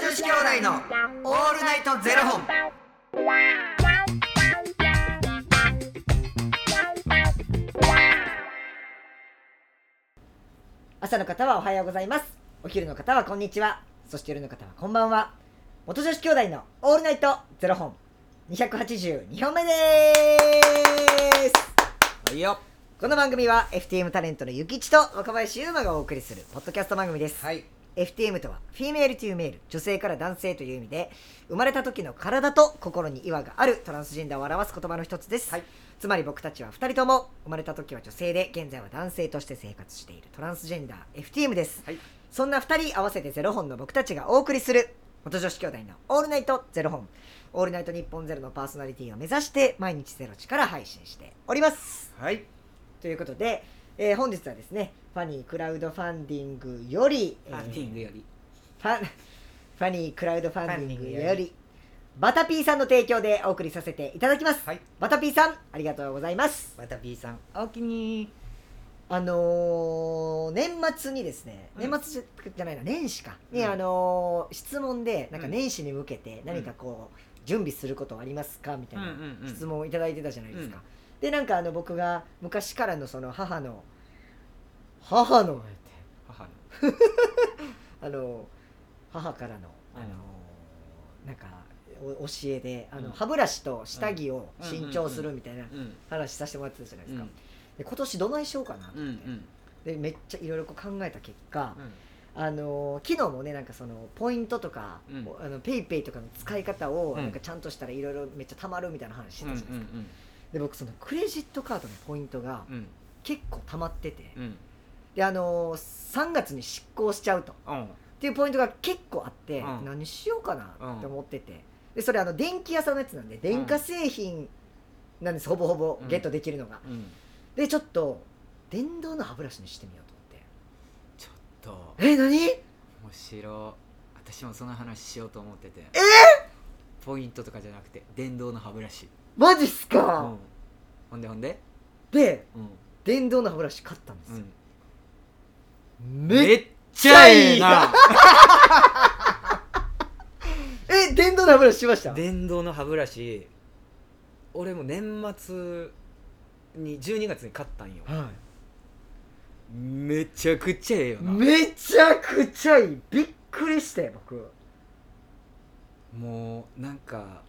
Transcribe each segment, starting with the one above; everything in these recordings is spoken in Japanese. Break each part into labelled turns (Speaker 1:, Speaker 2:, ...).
Speaker 1: 子兄弟のオールナイトゼロ本。
Speaker 2: 朝の方はおはようございますお昼の方はこんにちはそして夜の方はこんばんは元女子兄弟のオールナイトゼロ本282本目です
Speaker 1: いいよ。
Speaker 2: この番組は FTM タレントのゆきちと若林優馬がお送りするポッドキャスト番組です、
Speaker 1: はい。
Speaker 2: FTM とはフィメールというメール女性から男性という意味で生まれた時の体と心に違和があるトランスジェンダーを表す言葉の一つです、
Speaker 1: はい
Speaker 2: つまり僕たちは2人とも生まれた時は女性で現在は男性として生活しているトランスジェンダー FTM です、
Speaker 1: はい。
Speaker 2: そんな2人合わせてゼロ本の僕たちがお送りする元女子兄弟の「オールナイトゼロ本」「オールナイト日本ゼロのパーソナリティを目指して毎日ゼロ地から配信しております
Speaker 1: はい。
Speaker 2: ということで、えー本日はですねファニークラウドファンディングより、え
Speaker 1: ファンディングより。
Speaker 2: ファンファニークラウドファンディングよりバタピーさんの提供でお送りさせていただきます、
Speaker 1: はい。
Speaker 2: バタピーさんありがとうございます
Speaker 1: また B さん、おおきに。
Speaker 2: あのー年末にですね
Speaker 1: うん
Speaker 2: 年末じゃじゃないな年始かに、
Speaker 1: うん
Speaker 2: あのー質問でなんか
Speaker 1: うん
Speaker 2: 年始に向けて何かこう、準備することはありますかみたいな質問をいただいてたじゃないですか、
Speaker 1: うん
Speaker 2: でなんかあの僕が昔からのその母の母の
Speaker 1: 母の。
Speaker 2: あの母からのあの、なんかお教えであの、
Speaker 1: うん
Speaker 2: 歯ブラシと下着を
Speaker 1: うん
Speaker 2: 新調するみたいな
Speaker 1: うん。
Speaker 2: 話させてもらってたじゃないで
Speaker 1: う
Speaker 2: すか、
Speaker 1: ん。
Speaker 2: で今年どないしようかなと
Speaker 1: う
Speaker 2: 思っ
Speaker 1: ん
Speaker 2: て、。でめっちゃいろいろこう考えた結果
Speaker 1: う、ん。
Speaker 2: あの昨日もねなんかそのポイントとか、
Speaker 1: うん
Speaker 2: あのペイペイとかの使い方を
Speaker 1: うん
Speaker 2: なんかちゃんとしたらいろいろめっちゃ貯まるみたいな話して
Speaker 1: うん。う
Speaker 2: た
Speaker 1: ん
Speaker 2: じゃないですか、で僕そのクレジットカードのポイントが
Speaker 1: うん。うん。
Speaker 2: 結構貯まってて、
Speaker 1: うん。
Speaker 2: であの3月に失効しちゃうと。
Speaker 1: うん。
Speaker 2: っていうポイントが結構あって、
Speaker 1: うん
Speaker 2: 何しようかなって思ってて、でそれあの電気屋さんのやつなんで電化製品なんです、ほぼほぼ
Speaker 1: うん
Speaker 2: ゲットできるのが、
Speaker 1: うん。
Speaker 2: でちょっと電動の歯ブラシにしてみよう
Speaker 1: ちょっ
Speaker 2: と
Speaker 1: と。
Speaker 2: 思ってえ何
Speaker 1: 面白い私もその話しようと思ってて
Speaker 2: え
Speaker 1: ポイントとかじゃなくて電動の歯ブラシ
Speaker 2: マジっす
Speaker 1: う
Speaker 2: か、
Speaker 1: んほんでほんで
Speaker 2: で
Speaker 1: うん
Speaker 2: 電動の歯ブラシ買ったんですよ、
Speaker 1: め
Speaker 2: め
Speaker 1: っちゃええな
Speaker 2: え電動の歯ブラシしました
Speaker 1: 電動の歯ブラシ俺も年末に12月に買ったんよ
Speaker 2: は
Speaker 1: めちゃくちゃええよ
Speaker 2: い、
Speaker 1: な
Speaker 2: めちゃくちゃいいびっくりして僕
Speaker 1: もうなんか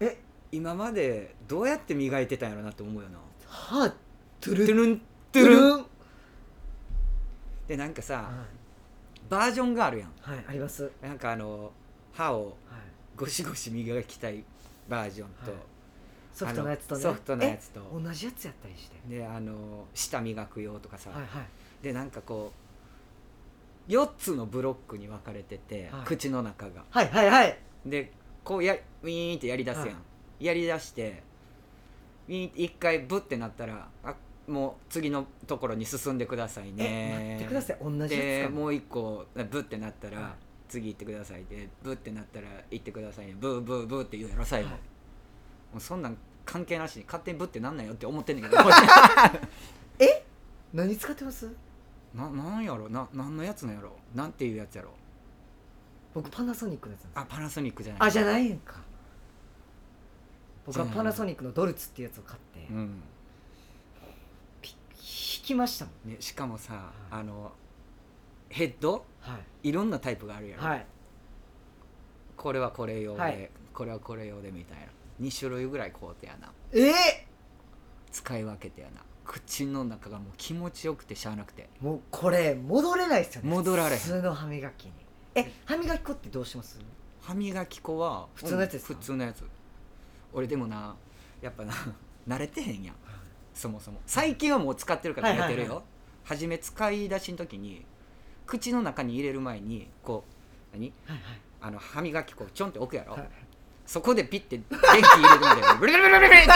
Speaker 2: え
Speaker 1: 今までどうやって磨いてたんやろなって思うよな
Speaker 2: 歯トゥ
Speaker 1: トゥ
Speaker 2: ル
Speaker 1: ルント
Speaker 2: ト
Speaker 1: ゥ
Speaker 2: ゥル
Speaker 1: ルン
Speaker 2: ン
Speaker 1: でなんかさ
Speaker 2: は
Speaker 1: バージョンがあるやん
Speaker 2: い、はい、あります、はい、
Speaker 1: なんかあの歯をゴシゴシ磨きたいバージョンと、
Speaker 2: はいソフトのやつとね
Speaker 1: あのソフトのやつと
Speaker 2: え同じやつやったりして
Speaker 1: であの舌磨く用とかさ、
Speaker 2: はいはい
Speaker 1: でなんかこう4つのブロックに分かれてて、
Speaker 2: はい
Speaker 1: 口の中が
Speaker 2: はいはいはい
Speaker 1: でこうやウィーンってやりだすやん、
Speaker 2: は
Speaker 1: やりだしてウィーンって一回ブッてなったらあもう次のところに進んでください
Speaker 2: え
Speaker 1: ね
Speaker 2: 待ってください同じやつ
Speaker 1: で
Speaker 2: か
Speaker 1: もう一個ブってなったら、
Speaker 2: はい
Speaker 1: 次行ってくださいでブってなったら行ってくださいねブーブーブーって言うやろ最後、
Speaker 2: はい
Speaker 1: もうそんなん関係なしに勝手にブってなんないよって思ってんねんけどこれ
Speaker 2: 何使ってます
Speaker 1: ななんやろな何のやつなんやろなんていうやつやろ
Speaker 2: 僕パナソニックのやつなんです
Speaker 1: あパナソニックじゃない
Speaker 2: あじゃないいんか僕は
Speaker 1: じゃない
Speaker 2: パナソニックのドルツっていうやつを買って、
Speaker 1: うん
Speaker 2: ぴ引きましたもん
Speaker 1: ね、しかもさ、
Speaker 2: い
Speaker 1: あのヘッド
Speaker 2: はい
Speaker 1: ろんなタイプがあるやろ、
Speaker 2: はい
Speaker 1: これはこれ用で、
Speaker 2: はい
Speaker 1: これはこれ用でみたいな2種類ぐらいこうてやな
Speaker 2: えー、
Speaker 1: 使い分けてやな口の中がもう気持ちよくてしゃあなくて
Speaker 2: もうこれ戻れないですよね
Speaker 1: 戻られへん
Speaker 2: 普通の歯磨きにえ歯磨き粉ってどうします
Speaker 1: 歯磨き粉は
Speaker 2: 普通のやつですか
Speaker 1: うん普通のやつ俺でもなやっぱな 慣れてへんやんそもそも最近はもう使ってるから慣れて
Speaker 2: は
Speaker 1: るよ、
Speaker 2: いはいは
Speaker 1: 初め使い出しの時に口の中に入れる前にこう何
Speaker 2: はい
Speaker 1: あの歯磨き粉をちょんって置くやろ、
Speaker 2: はいはい
Speaker 1: そこでピッて電気入れるまでブルブルブルブルって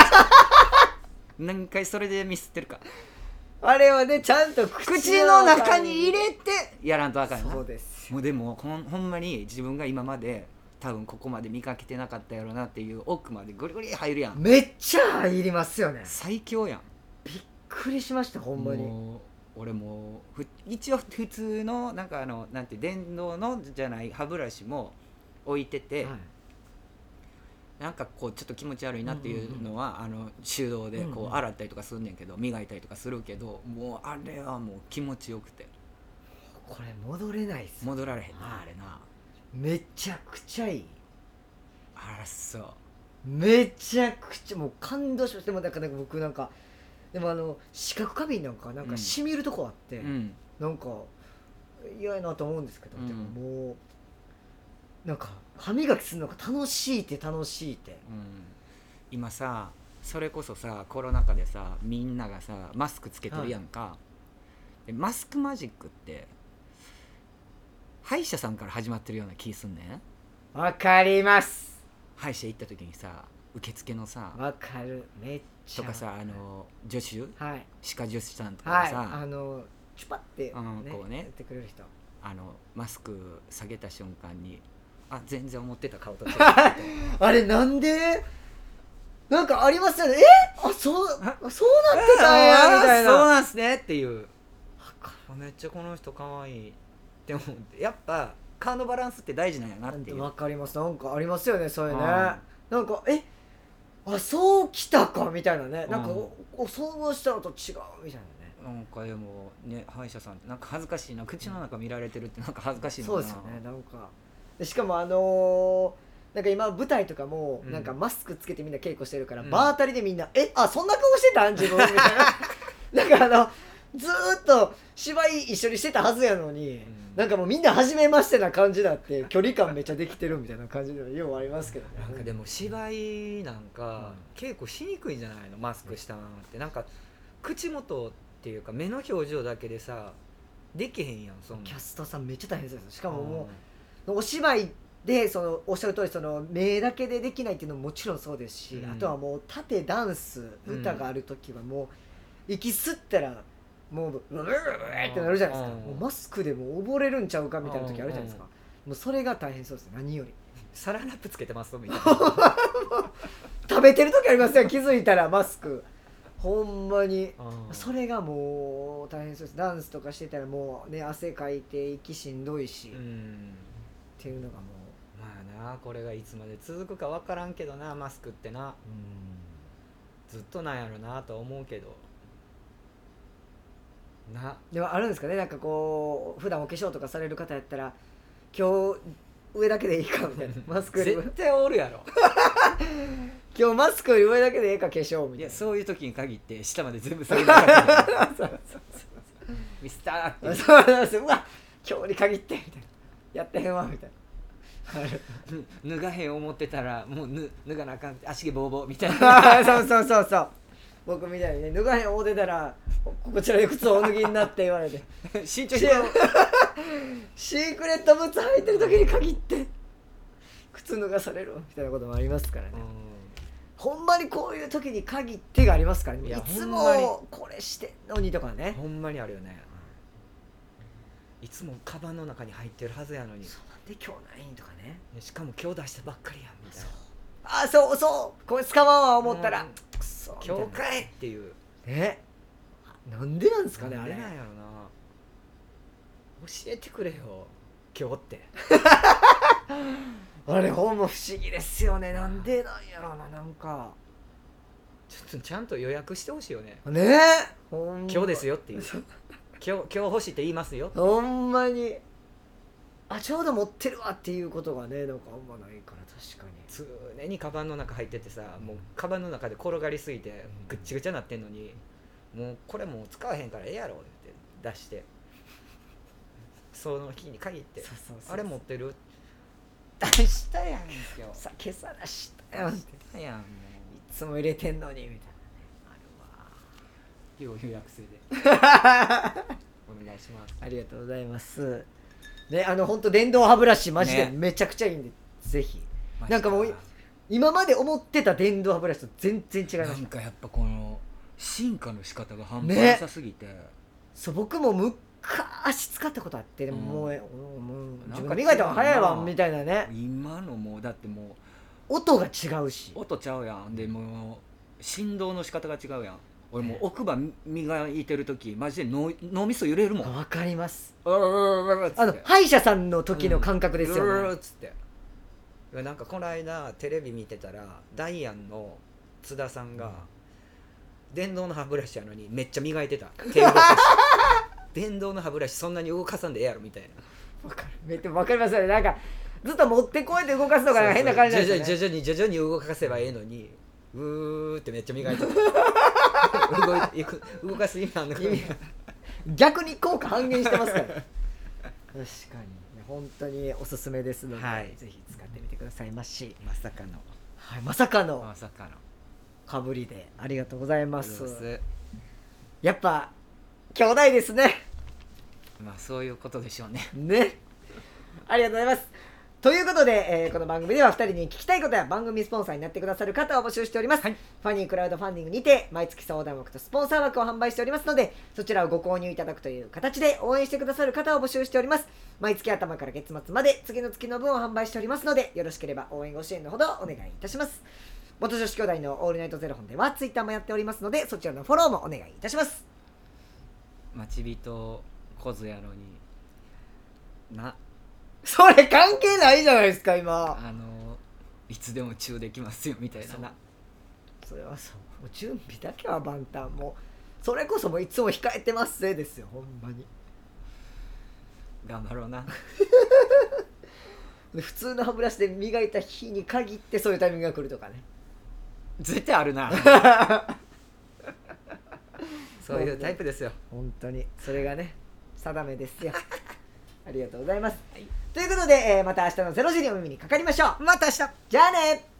Speaker 1: 何回それでミスってるか
Speaker 2: あれはねちゃんと
Speaker 1: 口の中に入れてやらんとあかんよな
Speaker 2: そうですよ
Speaker 1: もうでもほんほんまに自分が今まで多分ここまで見かけてなかったやろなっていう奥までぐりぐり入るやん
Speaker 2: めっちゃ入りますよね
Speaker 1: 最強やん
Speaker 2: びっくりしましたほんまに
Speaker 1: もう俺もうふ一応普通のなんかあのなんて電動のじゃない歯ブラシも置いてて、
Speaker 2: はい
Speaker 1: なんかこうちょっと気持ち悪いなっていうのは、あの手動で
Speaker 2: うん
Speaker 1: こ
Speaker 2: うん
Speaker 1: う洗ったりとかすんねんけど、磨いたりとかするけどもうあれはもう気持ちよくて
Speaker 2: これ戻れないっす
Speaker 1: 戻られへんな
Speaker 2: はい
Speaker 1: あれな
Speaker 2: めちゃくちゃいい
Speaker 1: あらそう
Speaker 2: めちゃくちゃもう感動しましたでもなんかなんか僕なんかでもあの視覚過敏なんかなん
Speaker 1: う
Speaker 2: か
Speaker 1: ん
Speaker 2: しみるとこあって、
Speaker 1: うん
Speaker 2: なんか嫌やなと思うんですけど、
Speaker 1: うん
Speaker 2: でももうなんか歯磨きするのが楽しいって楽しいって
Speaker 1: うん今さそれこそさコロナ禍でさみんながさマスクつけてるやんか、でマスクマジックって歯医者さんから始まってるような気すんねん
Speaker 2: わかります
Speaker 1: 歯医者行った時にさ受付のさ
Speaker 2: わかるめっちゃ
Speaker 1: とかさあの助手
Speaker 2: はい
Speaker 1: 歯科助手さんとかが
Speaker 2: はい
Speaker 1: さ、
Speaker 2: あのチュパって、ね
Speaker 1: うんこうね
Speaker 2: やってくれる人
Speaker 1: あのマスク下げた瞬間にあ全然思ってた顔と違 う
Speaker 2: あれなんでなんかありますよねえあそうそうな
Speaker 1: あ
Speaker 2: ってたんやみたいな
Speaker 1: そう
Speaker 2: わ
Speaker 1: なんすねっていう
Speaker 2: かる
Speaker 1: あめっちゃこの人可愛いでもやっぱ顔のバランスって大事なんやなっていう、
Speaker 2: わかりますなんかありますよねそういうね、
Speaker 1: うん
Speaker 2: なんかえあそうきたかみたいなね、なんか
Speaker 1: うん
Speaker 2: おお想像したのと違うみたいなね
Speaker 1: なんかでもね歯医者さんってなんか恥ずかしいな口の中見られてるってなんか恥ずかしいの
Speaker 2: そう
Speaker 1: かな
Speaker 2: ですよねなんかでしかもあのーなんか今舞台とかも
Speaker 1: うん
Speaker 2: なんかマスクつけてみんな稽古してるから、
Speaker 1: うん
Speaker 2: 場当たりでみんな「えあそんな顔してたん自分」みたいな なんかあのずーっと芝居一緒にしてたはずやのに、
Speaker 1: うん
Speaker 2: なんかもうみんな初めましてな感じだって距離感めっちゃできてるみたいな感じでようありますけどね
Speaker 1: なんかでも芝居なんか稽古しにくいんじゃないのマスクしたままってなんか口元っていうか目の表情だけでさできへんやんそんなん
Speaker 2: キャストさんめっちゃ大変ですよしかも
Speaker 1: うん
Speaker 2: もう、お芝居でそのおっしゃる通りその目だけでできないっていうのももちろんそうですし、
Speaker 1: うん
Speaker 2: あとはもう縦ダンス
Speaker 1: うん
Speaker 2: 歌がある時はもう息吸ったらもうブブブブブってなるじゃないですか、
Speaker 1: うん
Speaker 2: もうマスクでもう溺れるんちゃうかみたいな時あるじゃないですか、
Speaker 1: うん
Speaker 2: もうそれが大変そうです何より
Speaker 1: サランラップつけてますみたい
Speaker 2: 食べてる時ありますよ気づいたらマスクほんまに
Speaker 1: な、
Speaker 2: それがもう大変そうですダンスとかしてたらもうね汗かいて息しんどいし、
Speaker 1: う
Speaker 2: っ
Speaker 1: ん
Speaker 2: ていうのがもう
Speaker 1: まあなこれがいつまで続くか分からんけどなマスクってなずっとなんやろなとは思うけどな
Speaker 2: でもあるんですかねなんかこう普段お化粧とかされる方やったら今日上だけでいいかみたいなマスクよりも
Speaker 1: 絶対おるやろ
Speaker 2: 今日マスクより上だけでいいか化粧みた
Speaker 1: い
Speaker 2: い
Speaker 1: や
Speaker 2: な
Speaker 1: そういう時に限って下まで全部下げなかった ミスターっていう
Speaker 2: そうなんですようわ今日に限ってみたいなやってへんわみたいなある
Speaker 1: 脱がへん思ってたらもう脱脱がなあかん足毛ボーボーみたい な
Speaker 2: あーそうそうそうそう僕みたいにね脱がへん大出たらここちらで靴をお脱ぎになって言われて
Speaker 1: 身長
Speaker 2: シ
Speaker 1: 低い
Speaker 2: シークレットブーツ履いてる時に限って靴脱がされるみたいなこともありますからね、ほんまにこういう時に限ってがありますからね
Speaker 1: い
Speaker 2: い
Speaker 1: や
Speaker 2: つ
Speaker 1: ほんまに
Speaker 2: もこれしてんのにとかね
Speaker 1: ほんまにあるよねいつもカバンの中に入ってるはずやのに
Speaker 2: そうなんで今日ないんとかね
Speaker 1: しかも今日出したばっかりやんみたいな
Speaker 2: あそうそうこれ使わんわ思ったら、
Speaker 1: うん
Speaker 2: くそみたいな
Speaker 1: 今日かいっていう
Speaker 2: ねなんでなんですかね
Speaker 1: な
Speaker 2: あ
Speaker 1: ん
Speaker 2: れ
Speaker 1: でなんやろな教えてくれよ今日って
Speaker 2: あれほんま不思議ですよねなんでなんやろうななんか
Speaker 1: ちょっとちゃんと予約してほしいよね
Speaker 2: ねほんま
Speaker 1: 今日ですよっていう
Speaker 2: そう
Speaker 1: 今日今日欲しいって言いますよ
Speaker 2: ほんまにあちょうど持ってるわっていうことがねなんかあんまないから確かに
Speaker 1: 常にカバンの中入っててさもうカバンの中で転がりすぎてぐっちゃぐちゃなってんのにもうこれもう使わへんからええやろって出 してその日に限って
Speaker 2: そうそうそう
Speaker 1: あれ持ってる
Speaker 2: 出したやん
Speaker 1: 今日
Speaker 2: さ今朝出したやんって
Speaker 1: たやんも
Speaker 2: いつも入れてんのにみたいなねあ
Speaker 1: う 今日予約制で
Speaker 2: るわ
Speaker 1: お願いします
Speaker 2: ありがとうございますねあの本当電動歯ブラシマジで
Speaker 1: ね
Speaker 2: めちゃくちゃいいんで、ぜひなんかもう今まで思ってた電動歯ブラシと全然違いま
Speaker 1: な
Speaker 2: し
Speaker 1: ん
Speaker 2: た
Speaker 1: かやっぱこの進化の仕方が半端
Speaker 2: ね
Speaker 1: なさすぎて、
Speaker 2: そう僕も昔使ったことあってでももう,、
Speaker 1: うん
Speaker 2: もう
Speaker 1: なんか
Speaker 2: 自分磨いた方が早いわ
Speaker 1: 違うな
Speaker 2: みたいなね
Speaker 1: 今のもうだっても
Speaker 2: 音が違うし
Speaker 1: う音ちゃうやんでもう振動の仕方が違うやん俺もう奥歯磨いてる時マジで脳脳みそ揺れるもん
Speaker 2: わかります
Speaker 1: うるるるるるっつって
Speaker 2: あの歯医者さんの時の感覚ですよ
Speaker 1: うるる
Speaker 2: ね、
Speaker 1: るっつって
Speaker 3: なんかこの間テレビ見てたらダイアンの津田さんが、電動の歯ブラシやのにめっちゃ磨いてた手動か して電動の歯ブラシそんなに動かさんでええやろみたいな
Speaker 2: めっちゃわかりますよねなんかずっと持ってこうやって動かすのが変な感じなんですよね
Speaker 3: そうそう徐々に徐々に徐々に動かせばええのにうーってめっちゃ磨いてた 動いていく動かす意味あんのかな
Speaker 2: 意味逆に効果半減してますから 確かに本当におすすめですので、
Speaker 3: はい
Speaker 2: ぜひ使ってみてくださいまし、
Speaker 3: まさかの
Speaker 2: はい、まさかの
Speaker 3: まさかの
Speaker 2: かぶりでありがとうございます
Speaker 3: そう
Speaker 2: やっぱ兄弟ですね
Speaker 1: まあそういうことでしょうね
Speaker 2: ねありがとうございますということで、えーこの番組では2人に聞きたいことや番組スポンサーになってくださる方を募集しております、ファニークラウドファンディングにて毎月相談枠とスポンサー枠を販売しておりますのでそちらをご購入いただくという形で応援してくださる方を募集しております毎月頭から月末まで次の月の分を販売しておりますのでよろしければ応援ご支援のほどお願いいたします元女子兄弟のオールナイトゼロ本ではツイッターもやっておりますのでそちらのフォローもお願いいたします
Speaker 1: 待ち人こずやのにな
Speaker 2: それ関係ないじゃないですか今
Speaker 1: あのいつでも中できますよみたいなな
Speaker 2: それはそうもう準備だけは万端もうそれこそもういつも控えてますぜですよほんまに
Speaker 1: 頑張ろうな
Speaker 2: で普通の歯ブラシで磨いた日に限ってそういうタイミングが来るとかね
Speaker 1: 絶対あるな
Speaker 3: そういうタイプですよ
Speaker 2: 本当にそれがね定めですよありがとうございます、
Speaker 1: はい
Speaker 2: ということで、えーまた明日の0時にお耳にかかりましょうまた明日じゃあね